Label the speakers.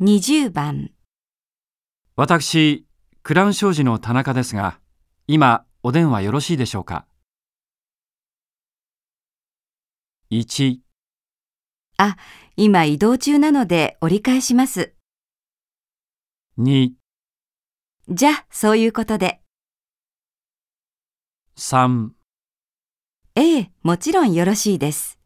Speaker 1: 20番、
Speaker 2: 私、クラウン商事の田中ですが、今、お電話よろしいでしょうか ?1、
Speaker 1: 今移動中なので折り返します。
Speaker 2: 2、
Speaker 1: じゃあ、そういうことで。
Speaker 2: 3
Speaker 1: ええ、もちろんよろしいです。